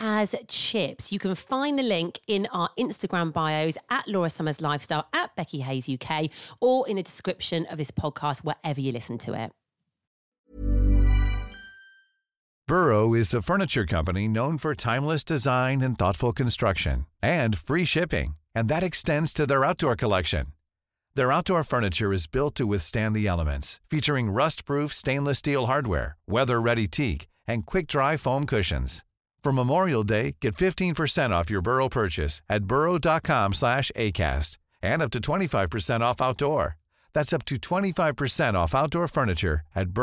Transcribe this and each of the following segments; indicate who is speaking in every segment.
Speaker 1: as chips. You can find the link in our Instagram bios at Laura Summers Lifestyle, at Becky Hayes UK, or in the description of this podcast, wherever you listen to it.
Speaker 2: Burrow is a furniture company known for timeless design and thoughtful construction and free shipping, and that extends to their outdoor collection. Their outdoor furniture is built to withstand the elements, featuring rust-proof stainless steel hardware, weather-ready teak, and quick-dry foam cushions. For Memorial Day, get 15% off your Burrow purchase at burrow.com/acast and up to 25% off outdoor. That's up to 25% off outdoor furniture at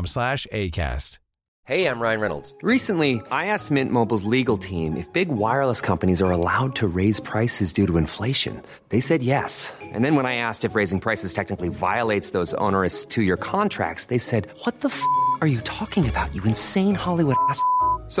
Speaker 2: burrow.com/acast.
Speaker 3: Hey, I'm Ryan Reynolds. Recently, I asked Mint Mobile's legal team if big wireless companies are allowed to raise prices due to inflation. They said yes. And then when I asked if raising prices technically violates those onerous two year contracts, they said, What the f are you talking about, you insane Hollywood ass? f- a-" So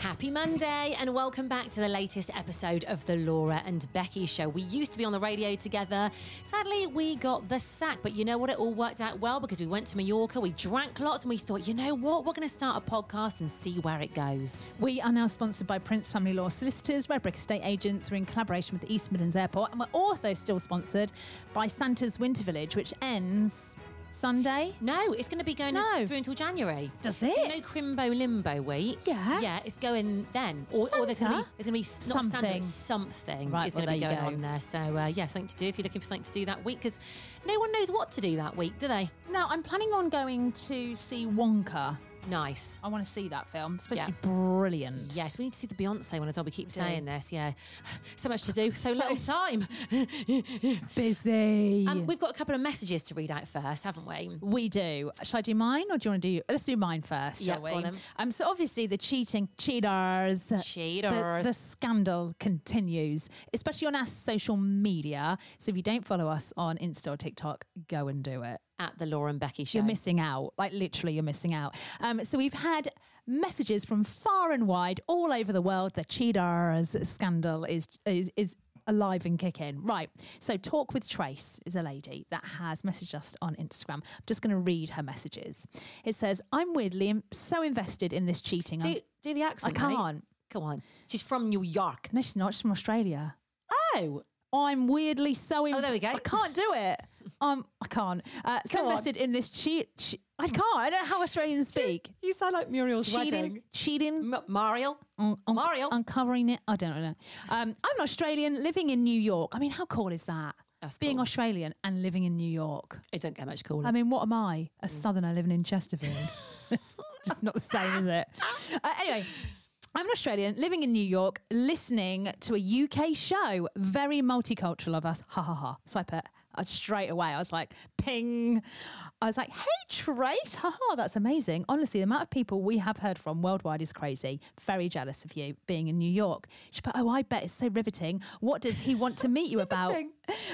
Speaker 1: Happy Monday, and welcome back to the latest episode of the Laura and Becky Show. We used to be on the radio together. Sadly, we got the sack, but you know what? It all worked out well because we went to Mallorca, we drank lots, and we thought, you know what? We're going to start a podcast and see where it goes.
Speaker 4: We are now sponsored by Prince Family Law Solicitors, Redbrick Estate Agents. We're in collaboration with the East Midlands Airport, and we're also still sponsored by Santa's Winter Village, which ends Sunday.
Speaker 1: No, it's going to be going
Speaker 4: No.
Speaker 1: through until January.
Speaker 4: Does
Speaker 1: So you
Speaker 4: it?
Speaker 1: know Crimbo Limbo Week?
Speaker 4: Yeah.
Speaker 1: Yeah, it's going then. Or, or there's going to be,
Speaker 4: Santa?
Speaker 1: there's going to be not Santa,
Speaker 4: Something.
Speaker 1: it's something
Speaker 4: Right,
Speaker 1: is
Speaker 4: well,
Speaker 1: going to be
Speaker 4: there
Speaker 1: going
Speaker 4: you go.
Speaker 1: on there. So, uh, yeah, something to do if you're looking for something to do that week because no one knows what to do that week, do they?
Speaker 4: Now, I'm planning on going to see Wonka.
Speaker 1: Nice.
Speaker 4: I want to see that film. It's supposed to
Speaker 1: Yeah.
Speaker 4: be brilliant.
Speaker 1: Yes, we need to see the Beyonce one as well. We keep
Speaker 4: do.
Speaker 1: saying this, yeah. So much to do, so, little time.
Speaker 4: Busy.
Speaker 1: um, we've got a couple of messages to read out first, haven't we?
Speaker 4: We do. Shall I do mine or do you want to do? Let's do mine first,
Speaker 1: Yeah,
Speaker 4: shall
Speaker 1: go on
Speaker 4: we?
Speaker 1: then.
Speaker 4: Um, so obviously the cheating, cheaters, the-
Speaker 1: Cheaters.
Speaker 4: The, scandal continues, especially on our social media. So if you don't follow us on Insta or TikTok, go and do it.
Speaker 1: At the Laura and Becky show.
Speaker 4: You're missing out. Like literally, you're missing out. Um, so we've had messages from far and wide, all over the world. The cheaters scandal is is is. Alive and kicking. Right. So, Talk with Trace is a lady that has messaged us on Instagram. I'm just going to read her messages. It says, I'm weirdly im- so invested in this cheating. I'm-
Speaker 1: do, do the
Speaker 4: I
Speaker 1: accent. mate.
Speaker 4: can't.
Speaker 1: Come on. She's from New York.
Speaker 4: No, she's not. She's from Australia.
Speaker 1: Oh.
Speaker 4: I'm weirdly so. inv-
Speaker 1: there we go.
Speaker 4: I can't do it. Um, I can't. Uh, so
Speaker 1: Go on.
Speaker 4: invested in this cheat. Che- I can't. I don't know how Australians speak.
Speaker 1: You sound like Muriel's
Speaker 4: Cheating, cheating,
Speaker 1: M- Mario.
Speaker 4: un- un-
Speaker 1: Mario.
Speaker 4: uncovering it. I don't know. Um, I'm an Australian living in New York. I mean, how cool is that?
Speaker 1: That's
Speaker 4: Being
Speaker 1: cool.
Speaker 4: Australian and living in New York.
Speaker 1: It don't get much cooler.
Speaker 4: I mean, what am I? A southerner living in Chesterfield. it's just not the same, is it? Uh, anyway, I'm an Australian living in New York, listening to a UK show. Very multicultural of us. Ha ha ha. So I put uh, straight away. I was like, ping. I was like, hey, Trace. Ha ha. That's amazing. Honestly, the amount of people we have heard from worldwide is crazy. Very jealous of you being in New York. She put, oh, I bet it's so riveting. What does he want to meet you about?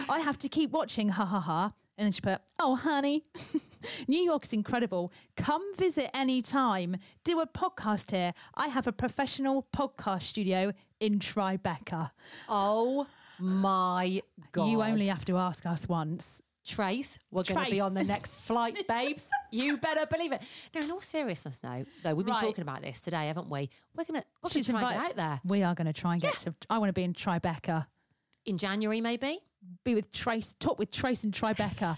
Speaker 4: I have to keep watching. Ha ha ha. And then she put, Oh, honey, New York's incredible. Come visit any time. Do a podcast here. I have a professional podcast studio in Tribeca.
Speaker 1: oh my god!
Speaker 4: You only have to ask us once.
Speaker 1: Trace, we're going to be
Speaker 4: Trace.
Speaker 1: on the next flight, babes. you better believe it. No, in all seriousness, though, though we've been
Speaker 5: Right.
Speaker 1: talking about this today, haven't we? We're going to we're going to
Speaker 4: She's
Speaker 1: try and
Speaker 4: invited-
Speaker 1: get out there
Speaker 4: We are going to try and get to. I want to be in Tribeca.
Speaker 1: in January, maybe.
Speaker 4: Be with Trace. Talk with Trace in Tribeca.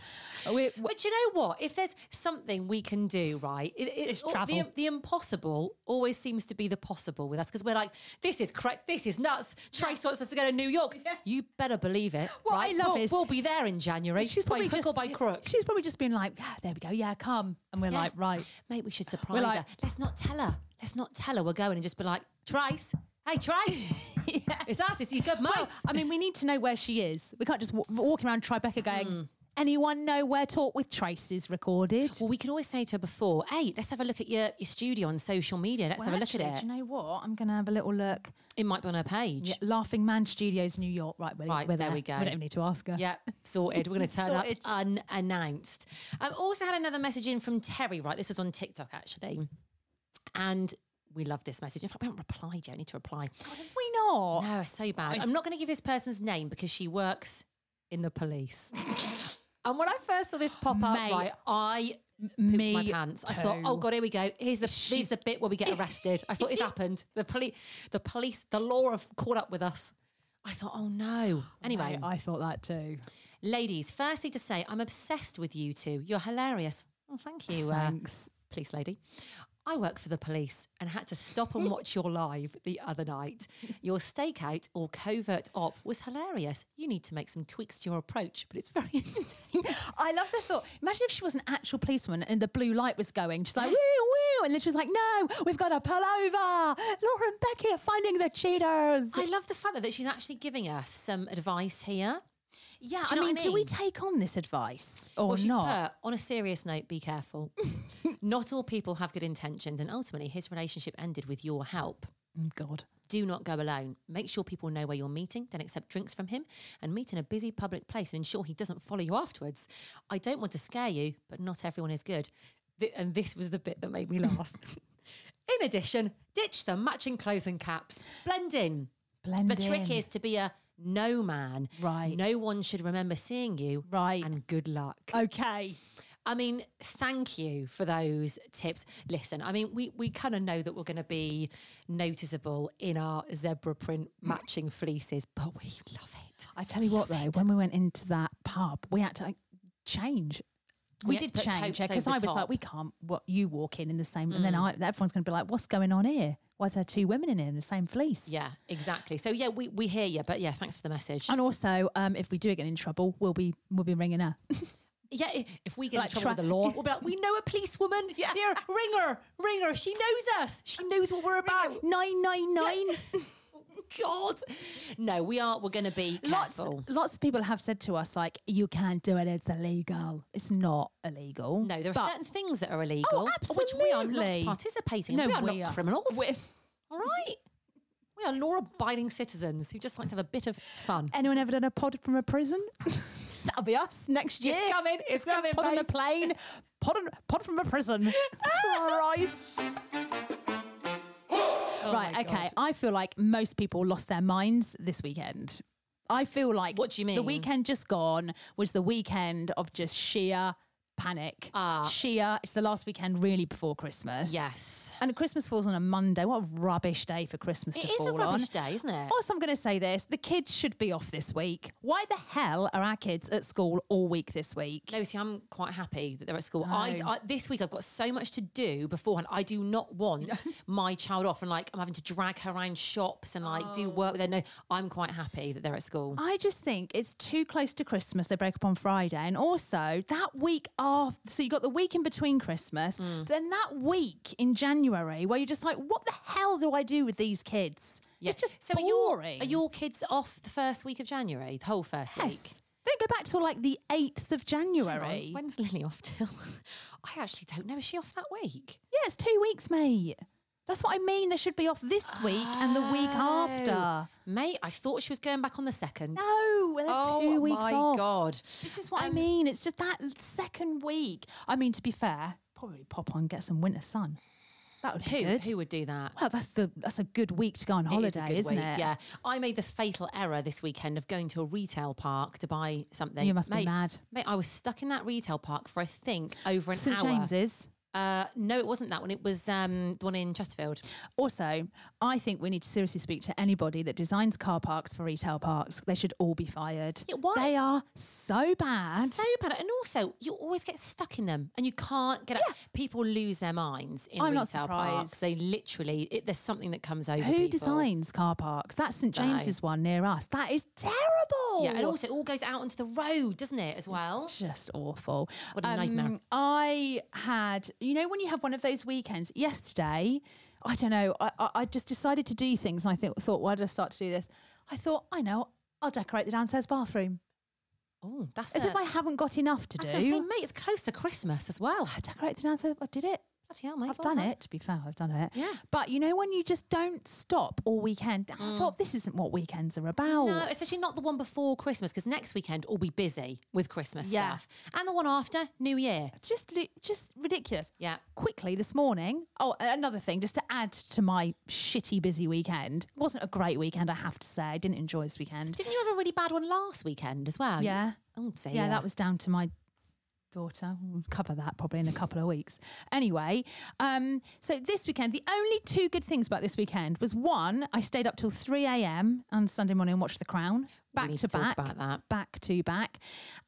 Speaker 4: we, we-
Speaker 1: But you know what? If there's something we can do, right? It, it-
Speaker 4: It's
Speaker 1: or- The,
Speaker 4: travel.
Speaker 1: the impossible always seems to be the possible with us because we're like, this is correct. This is nuts. Trace wants us to go to New York. You better believe it.
Speaker 4: What I
Speaker 1: right?
Speaker 4: love
Speaker 1: we'll,
Speaker 4: is-
Speaker 1: we'll be there in January.
Speaker 4: she's
Speaker 1: by
Speaker 4: probably
Speaker 1: hook
Speaker 4: just
Speaker 1: or by crook.
Speaker 4: She's probably just been like, "Ah, there we go. Yeah, come. And we're
Speaker 1: Yeah.
Speaker 4: like, right.
Speaker 1: Mate, we should surprise
Speaker 4: like-
Speaker 1: her. Let's not tell her. Let's not tell her we're going and just be like, Trace, hey, Trace, it's us. It's your good mates.
Speaker 4: Well, I mean, we need to know where she is. We can't just wa- walk around Tribeca going. Anyone know where Talk with Trace is recorded?
Speaker 1: Well, we can always say to her before, hey, let's have a look at your, your studio on social media. Let's
Speaker 4: Well,
Speaker 1: have a
Speaker 4: actually,
Speaker 1: look at it.
Speaker 4: Do you know what? I'm going to have a little look.
Speaker 1: It might be on her page.
Speaker 4: Yeah, Laughing Man Studios, New York. Right, we're,
Speaker 1: Right,
Speaker 4: we're
Speaker 1: there we go.
Speaker 4: We don't even need to ask her.
Speaker 1: Yep, sorted. We're going to turn up
Speaker 4: Sorted.
Speaker 1: unannounced. I've also had another message in from Terry, right? This was on TikTok, actually. And we love this message. In fact, we haven't replied yet. I need to reply.
Speaker 4: we not?
Speaker 1: No, it's so bad. I'm not going to give this person's name because she works in the police. and when I first saw this pop up,
Speaker 4: Mate.
Speaker 1: right, I pooped my
Speaker 4: Me
Speaker 1: pants. I thought, oh
Speaker 4: too.
Speaker 1: god, here we go. Here's the here's
Speaker 4: She's-
Speaker 1: the bit where we get arrested. I thought it's happened. The police, the police, the law have caught up with us. I thought, oh no. Anyway,
Speaker 4: I, I thought that too.
Speaker 1: ladies, firstly to say I'm obsessed with you two. You're hilarious. Oh, thank you. uh,
Speaker 4: Thanks.
Speaker 1: police lady. I work for the police and had to stop and watch your live the other night. Your stakeout or covert op was hilarious. You need to make some tweaks to your approach, but it's very entertaining.
Speaker 4: I love the thought. Imagine if she was an actual policewoman and the blue light was going. She's like, woo, woo. And then she was like, no, we've got to pull over. Laura and Becky are finding the cheaters.
Speaker 1: I love the fact that she's actually giving us some advice here.
Speaker 4: yeah,
Speaker 1: do you know what I
Speaker 4: do we
Speaker 1: mean?
Speaker 4: take on this advice or
Speaker 1: well, she's
Speaker 4: not?
Speaker 1: put, on a serious note, be careful. not all people have good intentions, and ultimately, his relationship ended with your help.
Speaker 4: Mm, God.
Speaker 1: Do not go alone. Make sure people know where you're meeting. Don't accept drinks from him and meet in a busy public place and ensure he doesn't follow you afterwards. I don't want to scare you, but not everyone is good. Th- and this was the bit that made me laugh. in addition, ditch the matching clothes and caps. Blend in.
Speaker 4: Blend
Speaker 1: the trick
Speaker 4: in.
Speaker 1: is to be a no man.
Speaker 4: Right.
Speaker 1: No one should remember seeing you.
Speaker 4: Right. Oh,
Speaker 1: And good luck.
Speaker 4: Okay.
Speaker 1: I mean, thank you for those tips. Listen, I mean, we, we kind of know that we're going to be noticeable in our zebra print matching fleeces, but we love it.
Speaker 4: I tell you what, though, when we went into that pub, we had to like, change.
Speaker 1: We
Speaker 4: We,
Speaker 1: had
Speaker 4: did
Speaker 1: to put
Speaker 4: change
Speaker 1: coats
Speaker 4: because
Speaker 1: over
Speaker 4: I was
Speaker 1: top. Mm.
Speaker 4: like, we can't. What you walk in in the same, and then I, everyone's going to be like, what's going on here? Why is there two women in here in the same fleece?
Speaker 1: Yeah, exactly. So yeah, we, we hear you, but yeah, thanks for the message.
Speaker 4: And also, um, if we do get in trouble, we'll be we'll be ringing her.
Speaker 1: yeah, i- if we get
Speaker 4: Like
Speaker 1: in trouble
Speaker 4: try-
Speaker 1: with the law, we'll be like, we know a policewoman. yeah. There, ring her, ring her. She knows us. She knows what we're about.
Speaker 4: Nine nine nine.
Speaker 1: God, no, we are. We're going to be
Speaker 4: Lots
Speaker 1: careful.
Speaker 4: lots of people have said to us like, you can't do it. It's illegal. It's not illegal.
Speaker 1: No, there are
Speaker 4: But-
Speaker 1: certain things that are illegal,
Speaker 4: Oh,
Speaker 1: which we are not
Speaker 4: absolutely.
Speaker 1: participating in. we are
Speaker 4: we
Speaker 1: not
Speaker 4: are-
Speaker 1: criminals.
Speaker 4: we're-
Speaker 1: All right. We are law abiding citizens who just like to have a bit of fun.
Speaker 4: Anyone ever done a pod from a prison? That'll be us next year.
Speaker 1: coming, it's coming,
Speaker 4: Pod on a
Speaker 1: babes.
Speaker 4: plane. Pod, on, pod from a prison. Christ.
Speaker 1: Oh
Speaker 4: right, okay. I feel like most people lost their minds this weekend. I feel like
Speaker 1: What do you
Speaker 4: The
Speaker 1: mean?
Speaker 4: weekend just gone was the weekend of just sheer panic. Ah. Sheer. It's the last weekend really before Christmas.
Speaker 1: Yes.
Speaker 4: And Christmas falls on a Monday. What a rubbish day for Christmas
Speaker 1: It
Speaker 4: to
Speaker 1: is a
Speaker 4: fall
Speaker 1: rubbish
Speaker 4: on.
Speaker 1: day, isn't it?
Speaker 4: Also, I'm going to say this: the kids should be off this week. Why the hell are our kids at school all week this week?
Speaker 1: No, see, I'm quite happy that they're at school. I, I this week I've got so much to do beforehand. I do not want my child off and like I'm having to drag her around shops and like
Speaker 4: Oh.
Speaker 1: do work with her. No, I'm quite happy that they're at school.
Speaker 4: I just think it's too close to Christmas. They break up on Friday, and also that week after. So you got the week in between Christmas,
Speaker 1: Hmm.
Speaker 4: then that week in January where you're just like, what the hell do I do with these kids? It's just
Speaker 1: so
Speaker 4: boring.
Speaker 1: Are your, are your kids off the first week of January? The whole first week?
Speaker 4: yes. They don't go back till like the eighth of
Speaker 1: Hang on,
Speaker 4: January.
Speaker 1: When's Lily off till? I actually don't know. Is she off that week?
Speaker 4: Yeah, it's two weeks, mate. That's what I mean. They should be off this week and the week
Speaker 1: Oh.
Speaker 4: after.
Speaker 1: Mate, I thought she was going back on the second.
Speaker 4: No, well, they're
Speaker 1: Oh
Speaker 4: two weeks
Speaker 1: my
Speaker 4: off.
Speaker 1: God.
Speaker 4: This is what I mean. It's just that second week. I mean, to be fair, probably pop on get some winter sun. That would be
Speaker 1: Who
Speaker 4: good.
Speaker 1: who would do that?
Speaker 4: Well, that's the that's a good week to go on holiday,
Speaker 1: it is a good
Speaker 4: isn't
Speaker 1: week,
Speaker 4: it?
Speaker 1: Yeah. I made the fatal error this weekend of going to a retail park to buy something.
Speaker 4: You must be
Speaker 1: mate,
Speaker 4: mad.
Speaker 1: Mate, I was stuck in that retail park for I think over an
Speaker 4: St
Speaker 1: hour.
Speaker 4: James's.
Speaker 1: Uh, no, it wasn't that one. It was um, the one in Chesterfield.
Speaker 4: Also, I think we need to seriously speak to anybody that designs car parks for retail parks. They should all be fired.
Speaker 1: Yeah, why?
Speaker 4: They are so bad.
Speaker 1: So bad. And also, you always get stuck in them and you can't get out. People lose their minds in
Speaker 4: I'm not
Speaker 1: retail parks.
Speaker 4: surprised.
Speaker 1: They literally, it, there's something that comes over
Speaker 4: Who
Speaker 1: people.
Speaker 4: designs car parks? That's St James's one near us. That is terrible.
Speaker 1: Yeah, and also it all goes out onto the road, doesn't it, as well?
Speaker 4: just awful. Um,
Speaker 1: What a nightmare.
Speaker 4: I had, you know, when you have one of those weekends. Yesterday, I don't know. I, I, I just decided to do things, and I think, thought, why did I start to do this? I thought, I know, I'll decorate the downstairs bathroom,
Speaker 1: Oh, that's
Speaker 4: as
Speaker 1: a-
Speaker 4: if I haven't got enough to
Speaker 1: I
Speaker 4: do.
Speaker 1: was gonna say, mate, it's close to Christmas as well.
Speaker 4: I decorate the downstairs. I did it.
Speaker 1: Bloody hell, mate.
Speaker 4: I've
Speaker 1: well
Speaker 4: done it. To be fair, I've done it.
Speaker 1: Yeah.
Speaker 4: But you know, when you just don't stop all weekend, I thought this isn't what weekends are about.
Speaker 1: Mm. No, especially not the one before Christmas, because next weekend we'll be busy with Christmas
Speaker 4: Yeah.
Speaker 1: stuff. And the one after, New Year.
Speaker 4: just li- just ridiculous.
Speaker 1: Yeah.
Speaker 4: Quickly this morning. Oh, a- another thing, just to add to my shitty busy weekend. It wasn't a great weekend, I have to say. I didn't enjoy this weekend.
Speaker 1: Didn't you have a really bad one last weekend as well? You-
Speaker 4: Yeah.
Speaker 1: Oh, dear.
Speaker 4: yeah, that was down to my daughter. We'll cover that probably in a couple of weeks. Anyway, um, so this weekend, the only two good things about this weekend was one, I stayed up till 3 a.m. on Sunday morning and watched The Crown. Back
Speaker 1: need
Speaker 4: to
Speaker 1: to talk
Speaker 4: back.
Speaker 1: about that.
Speaker 4: Back to back.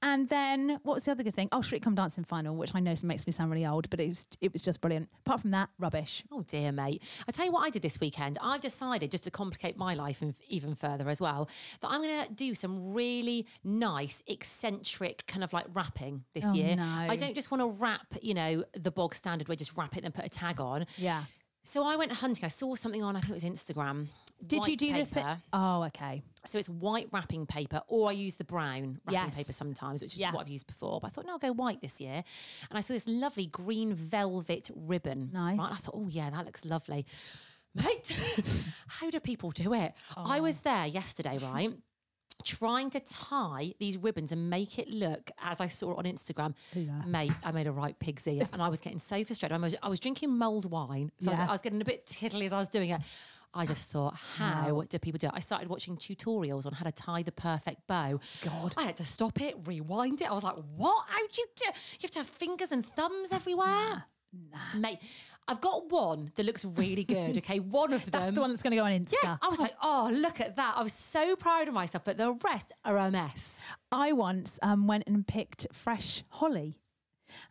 Speaker 4: And then what was the other good thing? Oh, Shriek Come Dancing final, which I know makes me sound really old, but it was it was just brilliant. Apart from that, rubbish.
Speaker 1: Oh dear, mate. I tell you what I did this weekend. I've decided just to complicate my life in- even further as well that I'm going to do some really nice, eccentric kind of like wrapping this
Speaker 4: Oh,
Speaker 1: year.
Speaker 4: no.
Speaker 1: I don't just want to wrap, you know, the bog standard where just wrap it and put a tag on.
Speaker 4: Yeah.
Speaker 1: So I went hunting. I saw something on. I think it was Instagram.
Speaker 4: Did you
Speaker 1: White
Speaker 4: do the
Speaker 1: paper.
Speaker 4: thing? Oh, okay.
Speaker 1: So it's white wrapping paper, or I use the brown wrapping
Speaker 4: Yes.
Speaker 1: paper sometimes, which is
Speaker 4: Yeah.
Speaker 1: what I've used before. But I thought, no, I'll go white this year. And I saw this lovely green velvet ribbon.
Speaker 4: Nice.
Speaker 1: I thought, oh, yeah, that looks lovely. Mate, how do people do it?
Speaker 4: Oh.
Speaker 1: I was there yesterday, right? Trying to tie these ribbons and make it look as I saw it on Instagram, mate. I made a right pig's ear, and I was getting so frustrated. I was, I was drinking mulled wine, so I was-
Speaker 4: Yeah.
Speaker 1: I was getting a bit tiddly as I was doing it. I just thought, how do people do it? I started watching tutorials on how to tie the perfect bow. God. I had to stop it, rewind it. I was like, what? How'd you do? You have to have fingers and thumbs everywhere. Mate, I've got one that looks really good. Okay, one of them.
Speaker 4: That's the one that's going to go on Insta.
Speaker 1: Um, Yeah, I was like, oh, look at that. I was so proud of myself, but the rest are a mess.
Speaker 4: I once um, went and picked fresh holly.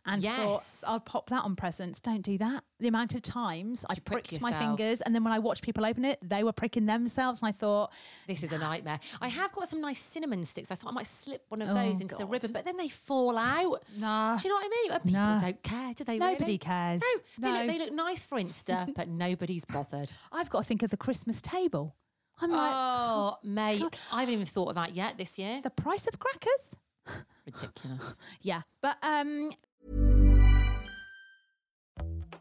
Speaker 4: And
Speaker 1: Yes.
Speaker 4: thought, I'll pop that on presents. Don't do that. The amount of times I
Speaker 1: you prick
Speaker 4: pricked my
Speaker 1: yourself?
Speaker 4: fingers, and then when I watched people open it, they were pricking themselves. And I thought,
Speaker 1: This is a nightmare. I have got some nice cinnamon sticks. I thought I might slip one of those into the ribbon, but then they fall out.
Speaker 4: Oh, Nah.
Speaker 1: Do you know what I mean? And people
Speaker 4: Nah.
Speaker 1: don't care, do they?
Speaker 4: Nobody
Speaker 1: really?
Speaker 4: cares.
Speaker 1: No, They,
Speaker 4: No.
Speaker 1: look, they look nice for Insta, but nobody's bothered.
Speaker 4: I've got to think of the Christmas table. I'm like,
Speaker 1: Oh, mate, I haven't even thought of that yet this year.
Speaker 4: the price of crackers?
Speaker 1: Ridiculous.
Speaker 4: Yeah. But um,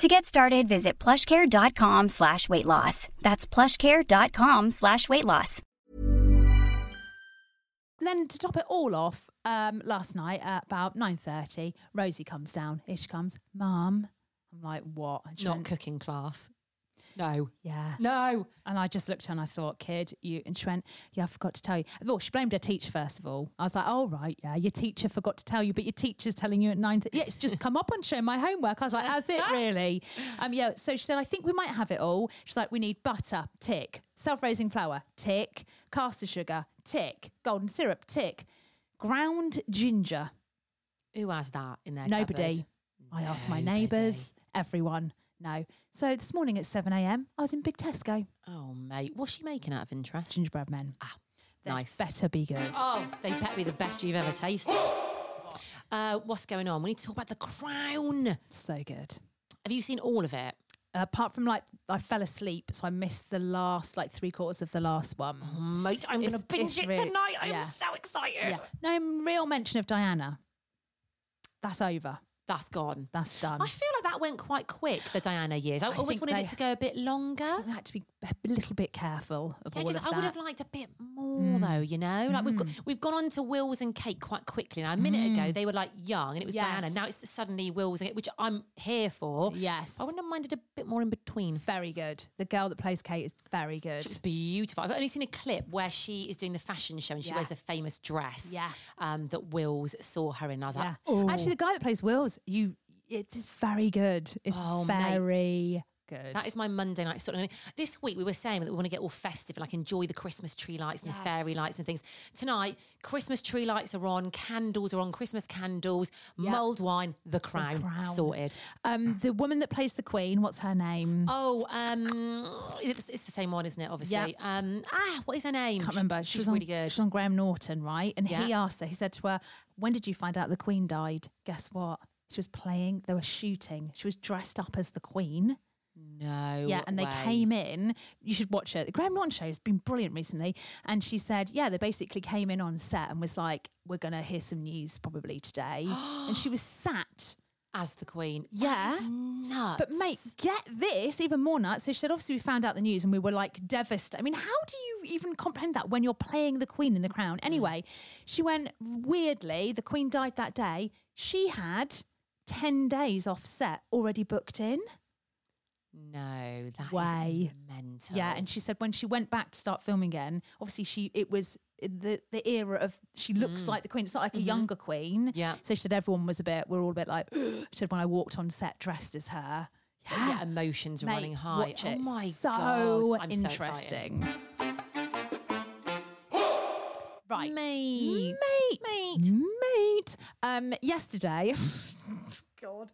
Speaker 6: To get started, visit plushcare.com slash weight loss. That's plushcare.com slash weight loss.
Speaker 4: then to top it all off, um, last night at about 9.30, Rosie comes down. Here she comes. Mum. I'm like, what? And she
Speaker 1: Not
Speaker 4: went,
Speaker 1: cooking class. No.
Speaker 4: Yeah.
Speaker 1: No.
Speaker 4: And I just looked at her and I thought, kid, you and she went, yeah, I forgot to tell you. Well, she blamed her teacher first of all. I was like, oh right, yeah, your teacher forgot to tell you, but your teacher's telling you at nine. Th- yeah, it's just come up on show my homework. I was like, that's it really. Um, yeah. So she said, I think we might have it all. She's like, we need butter, tick, self-raising flour, tick, caster sugar, tick, golden syrup, tick, ground ginger.
Speaker 1: Who has that in their
Speaker 4: Nobody.
Speaker 1: cupboard?
Speaker 4: I asked my
Speaker 1: Nobody.
Speaker 4: neighbours, everyone. No. So this morning at 7 a.m., I was in Big Tesco.
Speaker 1: Oh, mate. What's she making out of interest?
Speaker 4: Gingerbread men. Ah,
Speaker 1: nice.
Speaker 4: Better be good.
Speaker 1: Oh, they bet be the best you've ever tasted. Uh, what's going on? We need to talk about The Crown. Have
Speaker 4: So good.
Speaker 1: you seen all of it?
Speaker 4: Apart from like, I fell asleep, so I missed the last like three quarters of the last one.
Speaker 1: Mate, I'm going
Speaker 4: It's-
Speaker 1: to binge
Speaker 4: it's
Speaker 1: it
Speaker 4: really-
Speaker 1: tonight. I
Speaker 4: yeah.
Speaker 1: am so excited.
Speaker 4: Yeah. No real mention of Diana. That's over.
Speaker 1: That's gone.
Speaker 4: That's done.
Speaker 1: I feel like that went quite quick, the Diana years. I,
Speaker 4: I
Speaker 1: always
Speaker 4: think
Speaker 1: wanted
Speaker 4: they-
Speaker 1: it to go a bit longer.
Speaker 4: I had to be a little bit careful of
Speaker 1: Yeah,
Speaker 4: all
Speaker 1: just,
Speaker 4: of
Speaker 1: I would have
Speaker 4: that.
Speaker 1: liked a bit more though, you know. Like we've got, we've gone on to Wills and Kate quite quickly. Now a minute ago they were like young and it was Diana.
Speaker 4: Yes.
Speaker 1: Now it's suddenly Wills and Kate, which I'm here for.
Speaker 4: Yes.
Speaker 1: I wouldn't have minded a bit more in between.
Speaker 4: Very good. The girl that plays Kate is very good.
Speaker 1: She looks beautiful. I've only seen a clip where she is doing the fashion show and she
Speaker 4: Yeah.
Speaker 1: wears the famous dress
Speaker 4: Yeah.
Speaker 1: um, that Wills saw her in. I was
Speaker 4: Yeah.
Speaker 1: like, oh,
Speaker 4: Actually, the guy that plays Wills, you, it's very good. It's
Speaker 1: Oh, mate.
Speaker 4: very good.
Speaker 1: That is my Monday night sort of. This week we were saying that we want to get all festive and like enjoy the Christmas tree lights and the fairy lights and things. Tonight, Christmas tree lights are on, candles are on, Christmas candles, mulled wine, the crown,
Speaker 4: Crown.
Speaker 1: sorted.
Speaker 4: um, the woman that plays the Queen. What's her name?
Speaker 1: Oh, um, it's, it's the same one, isn't it? Obviously.
Speaker 4: Yeah.
Speaker 1: Um, ah, what is her name?
Speaker 4: can't remember.
Speaker 1: She's,
Speaker 4: She was on,
Speaker 1: really good.
Speaker 4: She's on Graham Norton, right? And he
Speaker 1: Yeah.
Speaker 4: asked her, he said to her, When did you find out the Queen died? Guess what? She was playing, they were shooting. She was dressed up as the Queen.
Speaker 1: no.
Speaker 4: yeah, and
Speaker 1: way.
Speaker 4: they came in. You should watch it. The Graham Norton show has been brilliant recently. And she said, Yeah, they basically came in on set and was like, We're going to hear some news probably today. and she was sat.
Speaker 1: as the queen.
Speaker 4: Yeah.
Speaker 1: Nuts.
Speaker 4: But mate, get this even more nuts. So she said, obviously we found out the news and we were like devastated. I mean, how do you even comprehend that when you're playing the Queen in the Crown? Anyway, she went weirdly. The Queen died that day. She had ten days off set already booked in.
Speaker 1: no, that is
Speaker 4: Way.
Speaker 1: mental.
Speaker 4: Yeah, and she said when she went back to start filming again, obviously she it was the the era of she looks like the queen. It's not like a younger queen.
Speaker 1: Mm. Mm-hmm. Yeah.
Speaker 4: So she said everyone was a bit. We're all a bit like. she said when I walked on set dressed as her.
Speaker 1: yeah. emotions are
Speaker 4: Mate,
Speaker 1: running high.
Speaker 4: Watch
Speaker 1: oh
Speaker 4: it.
Speaker 1: my
Speaker 4: so
Speaker 1: god, I'm so excited.
Speaker 4: interesting. right,
Speaker 1: Mate.
Speaker 4: mate, mate, Um, yesterday, God,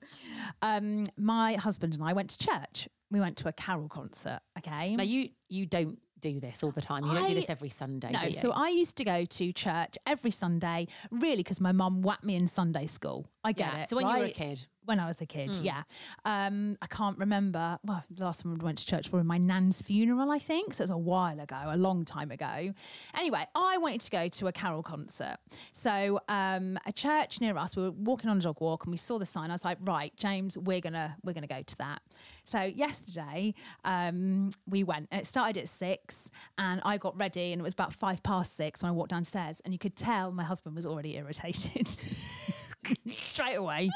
Speaker 4: um, my husband and I went to church. We went to a carol concert. Okay,
Speaker 1: Now you you don't do this all the time. You don't do
Speaker 4: I-
Speaker 1: this every Sunday,
Speaker 4: no,
Speaker 1: do you?
Speaker 4: so I used to go to church every Sunday, really, because my mum whacked me in Sunday school. I get
Speaker 1: Yeah,
Speaker 4: it.
Speaker 1: so when you were a
Speaker 4: right?
Speaker 1: kid.
Speaker 4: When I was a kid, yeah. Um, I can't remember. Well, the last time I went to church was my nan's funeral, I think. So it was a while ago, a long time ago. Anyway, I wanted to go to a carol concert. So um, a church near us, we were walking on a dog walk and we saw the sign. I was like, right, James, we're gonna we're gonna go to that. So yesterday, um, we went. and It started at six, and I got ready, and it was about five past six when I walked downstairs, and you could tell my husband was already irritated. straight away.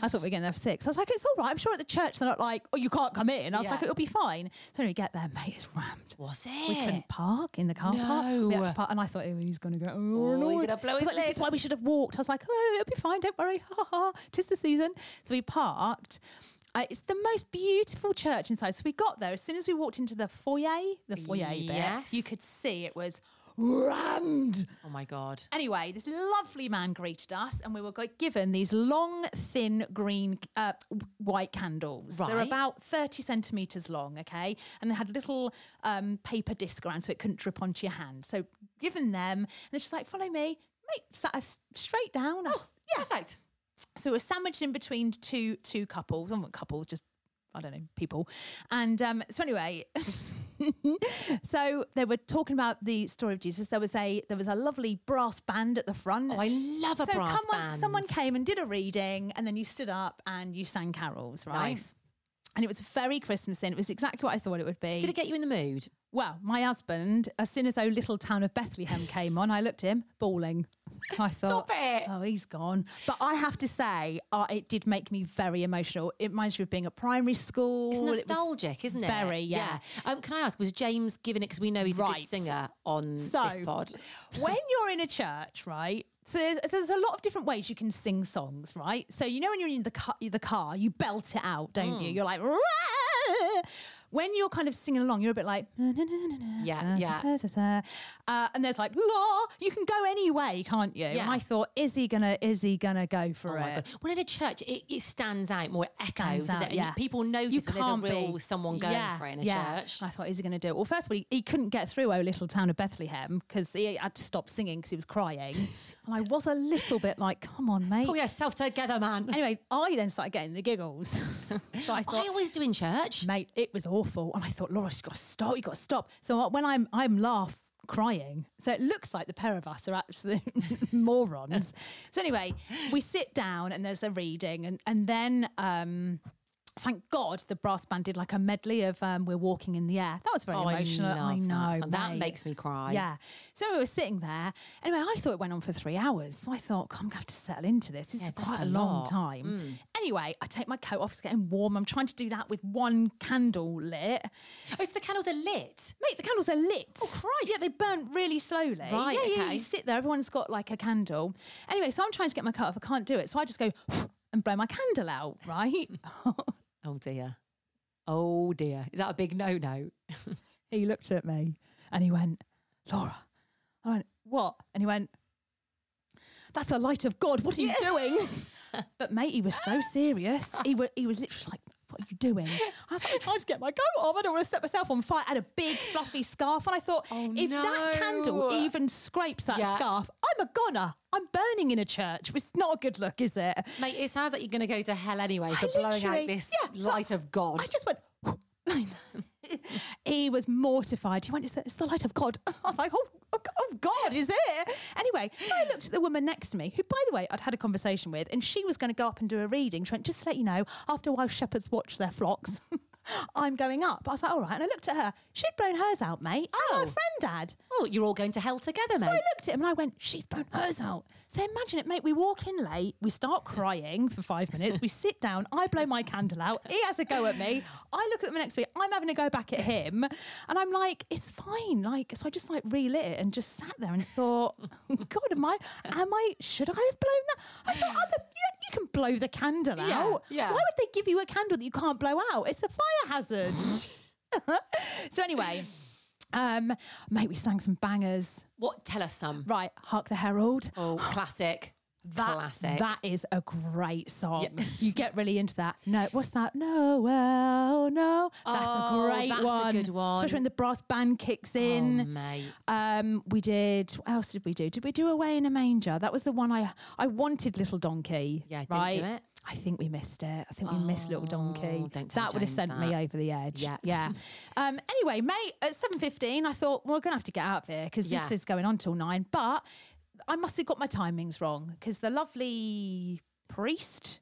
Speaker 4: I thought we were getting there for six. I was like, it's all right. I'm sure at the church they're not like, oh, you can't come in. I was like, it'll be fine. So anyway, we get there, mate, it's rammed.
Speaker 1: was it?
Speaker 4: We couldn't park in the car park. We had to
Speaker 1: No.
Speaker 4: park. And I thought, oh, he's going to go. Oh,
Speaker 1: he's
Speaker 4: Lord.
Speaker 1: gonna blow
Speaker 4: I was
Speaker 1: his
Speaker 4: like, This is
Speaker 1: lid.
Speaker 4: why we should have walked. I was like, oh, it'll be fine. Don't worry. Ha ha. Tis the season. So we parked. Uh, it's the most beautiful church inside. So we got there. As soon as we walked into the foyer, the foyer
Speaker 1: Yes.
Speaker 4: bit, you could see it was rammed.
Speaker 1: Oh my god.
Speaker 4: Anyway, this lovely man greeted us, and we were g- given these long, thin, green, uh, w- white candles. They're
Speaker 1: Right.
Speaker 4: about 30 centimetres long, okay? And they had a little um, paper disc around so it couldn't drip onto your hand. So, given them, and they're just like, follow me. Mate, sat us straight down. I s- yeah.
Speaker 1: Perfect.
Speaker 4: So, we're sandwiched in between two two couples, not couples, just, I don't know, people. And um, so, anyway, so they were talking about the story of Jesus. There was a there was a lovely brass band at the front.
Speaker 1: Oh, I love a
Speaker 4: so
Speaker 1: brass
Speaker 4: come on-
Speaker 1: band.
Speaker 4: Someone came and did a reading, and then you stood up and you sang carols, right?
Speaker 1: Nice.
Speaker 4: And it was very Christmassy. And it was exactly what I thought it would be.
Speaker 1: Did it get you in the mood?
Speaker 4: well, my husband, as soon as "O Little Town of Bethlehem" came on, I looked at him bawling. I
Speaker 1: Stop
Speaker 4: thought,
Speaker 1: it.
Speaker 4: Oh, he's gone. But I have to say, uh, it did make me very emotional. It reminds me of being at primary school.
Speaker 1: It's
Speaker 4: It was
Speaker 1: nostalgic, isn't it?
Speaker 4: Very, yeah.
Speaker 1: Um, can I ask, was James giving it because we know he's a
Speaker 4: Right.
Speaker 1: good singer on
Speaker 4: So,
Speaker 1: this pod?
Speaker 4: when you're in a church, right? So there's, there's a lot of different ways you can sing songs, right? So you know when you're in the car, the car, you belt it out, don't
Speaker 1: Mm.
Speaker 4: you? You're like. "Rah!" When you're kind of singing along, you're a bit like, "Na, na, na, na, na,
Speaker 1: Yeah,
Speaker 4: na,
Speaker 1: yeah.
Speaker 4: da, da, da, da." Uh, and there's like, la. You can go any way, can't you?
Speaker 1: Yeah.
Speaker 4: And I thought, is he gonna, is he gonna go for
Speaker 1: Oh
Speaker 4: it?
Speaker 1: my God. When in a church, it, it stands out more, it echoes,
Speaker 4: Hands
Speaker 1: does
Speaker 4: out,
Speaker 1: it? And
Speaker 4: yeah.
Speaker 1: people notice when there's a
Speaker 4: can't
Speaker 1: real
Speaker 4: be-
Speaker 1: someone going
Speaker 4: Yeah,
Speaker 1: for it in a
Speaker 4: yeah.
Speaker 1: church.
Speaker 4: I thought, is he going to do it? Well, first of all, he, he couldn't get through Oh Little Town of Bethlehem because he had to stop singing because he was crying. and I was a little bit like, come on, mate.
Speaker 1: Pull yourself together, Oh, man.
Speaker 4: Anyway, I then started getting the giggles. so I
Speaker 1: I
Speaker 4: thought,
Speaker 1: always do in church.
Speaker 4: mate, it was awful. And I thought, Laura, you've got to stop. You've got to stop. So when I'm, I'm laugh crying. So it looks like the pair of us are absolute morons. So anyway, we sit down and there's a reading and, and then, um, Thank God the brass band did like a medley of um, "We're Walking in the Air." That was very
Speaker 1: Oh, I
Speaker 4: emotional. I,
Speaker 1: love that
Speaker 4: know
Speaker 1: song. That
Speaker 4: mate.
Speaker 1: makes me cry.
Speaker 4: Yeah. So we were sitting there. Anyway, I thought it went on for three hours. So I thought, God, I'm gonna have to settle into this. This
Speaker 1: Yeah,
Speaker 4: is
Speaker 1: that's
Speaker 4: quite
Speaker 1: a
Speaker 4: a Mm. long
Speaker 1: lot.
Speaker 4: time. Anyway, I take my coat off. It's getting warm. I'm trying to do that with one candle lit.
Speaker 1: Oh, so the candles are lit.
Speaker 4: Mate, the candles are lit. Oh
Speaker 1: Christ.
Speaker 4: Yeah, they burn really slowly.
Speaker 1: Right,
Speaker 4: Yeah, yeah.
Speaker 1: okay.
Speaker 4: You sit there. Everyone's got like a candle. Anyway, so I'm trying to get my coat off. I can't do it. So I just go and blow my candle out. Right.
Speaker 1: Oh, dear. Oh, dear. Is that a big no no?
Speaker 4: he looked at me and he went, Laura. I went, what? And he went, that's the light of God. What are you doing? but mate, he was so serious. He was, he was literally like, what are you doing? I was like, I had to get my coat off. I don't want to set myself on fire. I had a big fluffy scarf. And I thought,
Speaker 1: Oh,
Speaker 4: if
Speaker 1: no.
Speaker 4: that candle even scrapes that
Speaker 1: Yeah.
Speaker 4: scarf, I'm a goner. I'm burning in a church. It's not a good look, is it?
Speaker 1: Mate, it sounds like you're going to go to hell anyway for
Speaker 4: I
Speaker 1: blowing out
Speaker 4: literally-
Speaker 1: this
Speaker 4: yeah, so
Speaker 1: light of God.
Speaker 4: I just went. like that. he was mortified. He went, it's the, it's the light of God. I was like, oh, oh, g- oh, God, is it? Anyway, I looked at the woman next to me, who, by the way, I'd had a conversation with, and she was going to go up and do a reading. She went, just to let you know, after a while, shepherds watch their flocks. I'm going up. I was like, all right. And I looked at her. She'd blown hers out, mate. Oh,
Speaker 1: Oh.
Speaker 4: my friend had.
Speaker 1: oh, you're all going to hell together,
Speaker 4: So I
Speaker 1: mate.
Speaker 4: looked at him and I went, she's blown hers out. So imagine it, mate. We walk in late, we start crying for five minutes, we sit down, I blow my candle out, he has a go at me. I look at him next week, I'm having a go back at him. And I'm like, it's fine. Like, so I just like relit it and just sat there and thought, God, am I, am I, should I have blown that? I thought, other, you, you can blow the candle
Speaker 1: Yeah,
Speaker 4: out.
Speaker 1: yeah.
Speaker 4: Why would they give you a candle that you can't blow out? It's a fire hazard. so anyway. Um, mate, we sang some bangers.
Speaker 1: What? Tell us some.
Speaker 4: Right, Hark the Herald.
Speaker 1: Oh, classic.
Speaker 4: That,
Speaker 1: classic.
Speaker 4: That is a great song.
Speaker 1: Yeah.
Speaker 4: You get really into that. No, what's that? No, well, no. That's
Speaker 1: Oh,
Speaker 4: a great
Speaker 1: that's a
Speaker 4: one.
Speaker 1: good one.
Speaker 4: Especially when the brass band kicks
Speaker 1: oh,
Speaker 4: in.
Speaker 1: mate.
Speaker 4: um, we did. What else did we do? Did we do Away in a Manger? That was the one I I wanted. Little Donkey.
Speaker 1: Yeah, didn't
Speaker 4: right?
Speaker 1: do it.
Speaker 4: I think we missed it. I think we missed Little Donkey.
Speaker 1: Oh, don't tell
Speaker 4: that would have
Speaker 1: James
Speaker 4: sent me
Speaker 1: that.
Speaker 4: over the edge.
Speaker 1: Yeah.
Speaker 4: yeah. um, anyway, mate, at seven fifteen, I thought well, we're gonna have to get out of here because
Speaker 1: Yeah.
Speaker 4: this is going on till nine. But I must have got my timings wrong because the lovely priest.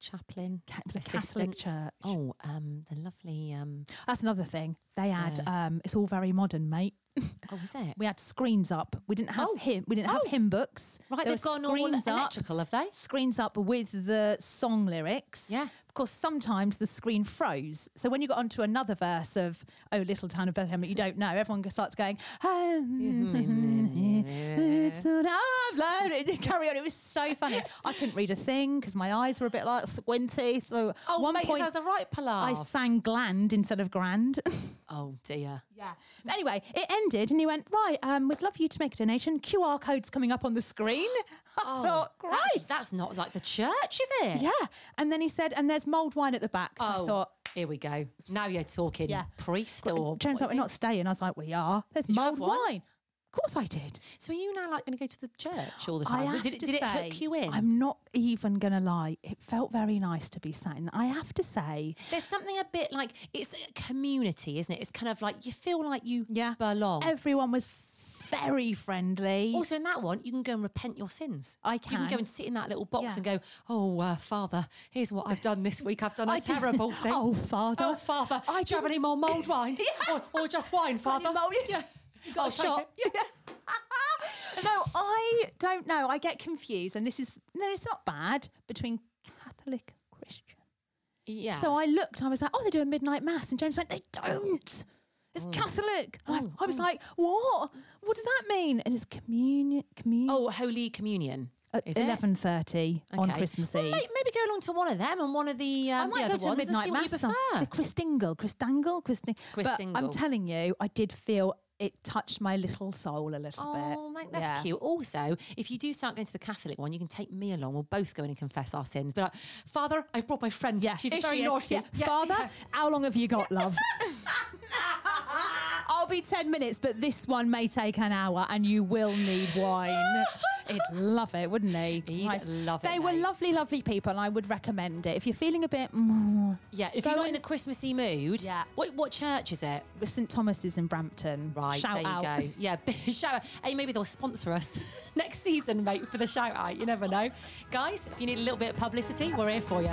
Speaker 1: Chaplain.
Speaker 4: Ca- the Catholic
Speaker 1: assistant.
Speaker 4: Church.
Speaker 1: Oh, um, the lovely. Um,
Speaker 4: That's another thing. They had. Um, it's all very modern, mate.
Speaker 1: oh, is it?
Speaker 4: We had screen's up. We didn't have
Speaker 1: Oh.
Speaker 4: him. We didn't
Speaker 1: Oh.
Speaker 4: have hymn books.
Speaker 1: Right,
Speaker 4: There
Speaker 1: they've
Speaker 4: were
Speaker 1: gone all
Speaker 4: screens up.
Speaker 1: electrical, have they?
Speaker 4: Screens up with the song lyrics.
Speaker 1: Yeah.
Speaker 4: Of course, sometimes the screen froze. So when you got onto another verse of "Oh, Little Town of Bethlehem," that you don't know, everyone just starts going. "Oh, it's an I've learned it." Carry on. It was so funny. I couldn't read a thing because my eyes were a bit like squinty. So
Speaker 1: Oh,
Speaker 4: one
Speaker 1: mate, it
Speaker 4: point,
Speaker 1: sounds a right
Speaker 4: I
Speaker 1: palav.
Speaker 4: sang "gland" instead of "grand."
Speaker 1: Oh, dear.
Speaker 4: Yeah. But anyway, it ended and he went, Right, um, we'd love you to make a donation. QR code's coming up on the screen. I thought,
Speaker 1: Oh, That's,
Speaker 4: Christ.
Speaker 1: that's not like the church, is it?
Speaker 4: Yeah. And then he said, And there's mulled wine at the back. So
Speaker 1: Oh,
Speaker 4: I thought,
Speaker 1: here we go. Now you're talking
Speaker 4: Yeah.
Speaker 1: priest
Speaker 4: "Gr-
Speaker 1: or.
Speaker 4: James,
Speaker 1: what is
Speaker 4: like, we're
Speaker 1: it?
Speaker 4: not staying. I was like, We are. There's
Speaker 1: Oh, Did you have
Speaker 4: mulled
Speaker 1: one?
Speaker 4: wine. Of course I did.
Speaker 1: So are you now like going to go to the church all the
Speaker 4: I
Speaker 1: time?
Speaker 4: have
Speaker 1: did it,
Speaker 4: to
Speaker 1: did it
Speaker 4: say,
Speaker 1: hook you in?
Speaker 4: I'm not even going to lie. It felt very nice to be sat in. I have to say,
Speaker 1: There's something a bit like it's a community, isn't it? It's kind of like you feel like you
Speaker 4: Yeah.
Speaker 1: belong.
Speaker 4: everyone was very friendly.
Speaker 1: also, in that one, you can go and repent your sins.
Speaker 4: I
Speaker 1: You can go
Speaker 4: can.
Speaker 1: and sit in that little box
Speaker 4: Yeah.
Speaker 1: and go, "Oh, uh, Father, here's what I've done this week. I've done a
Speaker 4: I did-
Speaker 1: terrible thing.
Speaker 4: Oh, Father.
Speaker 1: Oh, Father,
Speaker 4: I
Speaker 1: do you have any
Speaker 4: didn't-
Speaker 1: more mulled wine?
Speaker 4: Yeah.
Speaker 1: or, or just wine, Father?
Speaker 4: mulled- yeah.
Speaker 1: Oh, thank you.
Speaker 4: shot.
Speaker 1: Yeah.
Speaker 4: no, I don't know. I get confused, and this is no, it's not bad between Catholic and Christian.
Speaker 1: Yeah.
Speaker 4: So I looked, I was like, oh, they're doing midnight mass, and James went, they don't. It's
Speaker 1: Mm.
Speaker 4: Catholic. And I- I, was like, what? What does that mean? And it's communion. communion
Speaker 1: oh, Holy Communion. is it?
Speaker 4: uh, eleven thirty on
Speaker 1: Okay.
Speaker 4: Christmas
Speaker 1: Well,
Speaker 4: Eve.
Speaker 1: may- maybe go along to one of them and one of the. Um,
Speaker 4: I might
Speaker 1: the
Speaker 4: go
Speaker 1: other
Speaker 4: to a
Speaker 1: ones and
Speaker 4: midnight
Speaker 1: see what you
Speaker 4: mass. on
Speaker 1: prefer.
Speaker 4: The Christingle, Christangle, Christing. But I'm
Speaker 1: Christingle.
Speaker 4: telling you, I did feel it touched my little soul a little bit.
Speaker 1: Oh, mate, that's
Speaker 4: Yeah.
Speaker 1: cute. Also, if you do start going to the Catholic one, you can take me along. We'll both go in and confess our sins. But like, Father, I've brought my friend.
Speaker 4: Yeah,
Speaker 1: she's
Speaker 4: here
Speaker 1: very
Speaker 4: she is.
Speaker 1: naughty.
Speaker 4: Yeah. Father, how long have you got, love? I'll be 10 minutes, but this one may take an hour and you will need wine. He'd love it, wouldn't he?
Speaker 1: He'd love it,
Speaker 4: They were
Speaker 1: mate.
Speaker 4: lovely, lovely people, and I would recommend it. If you're feeling a bit, mm,
Speaker 1: yeah. If
Speaker 4: Go
Speaker 1: you're not in
Speaker 4: and-
Speaker 1: the Christmassy mood,
Speaker 4: Yeah.
Speaker 1: What, what church is it?
Speaker 4: with St Thomas's in Brampton.
Speaker 1: Right,
Speaker 4: Shout
Speaker 1: there you
Speaker 4: out.
Speaker 1: go. Yeah, big shout out. Hey, maybe they'll sponsor us next season, mate, for the shout out. You never know. Guys, if you need a little bit of publicity, we're here for you.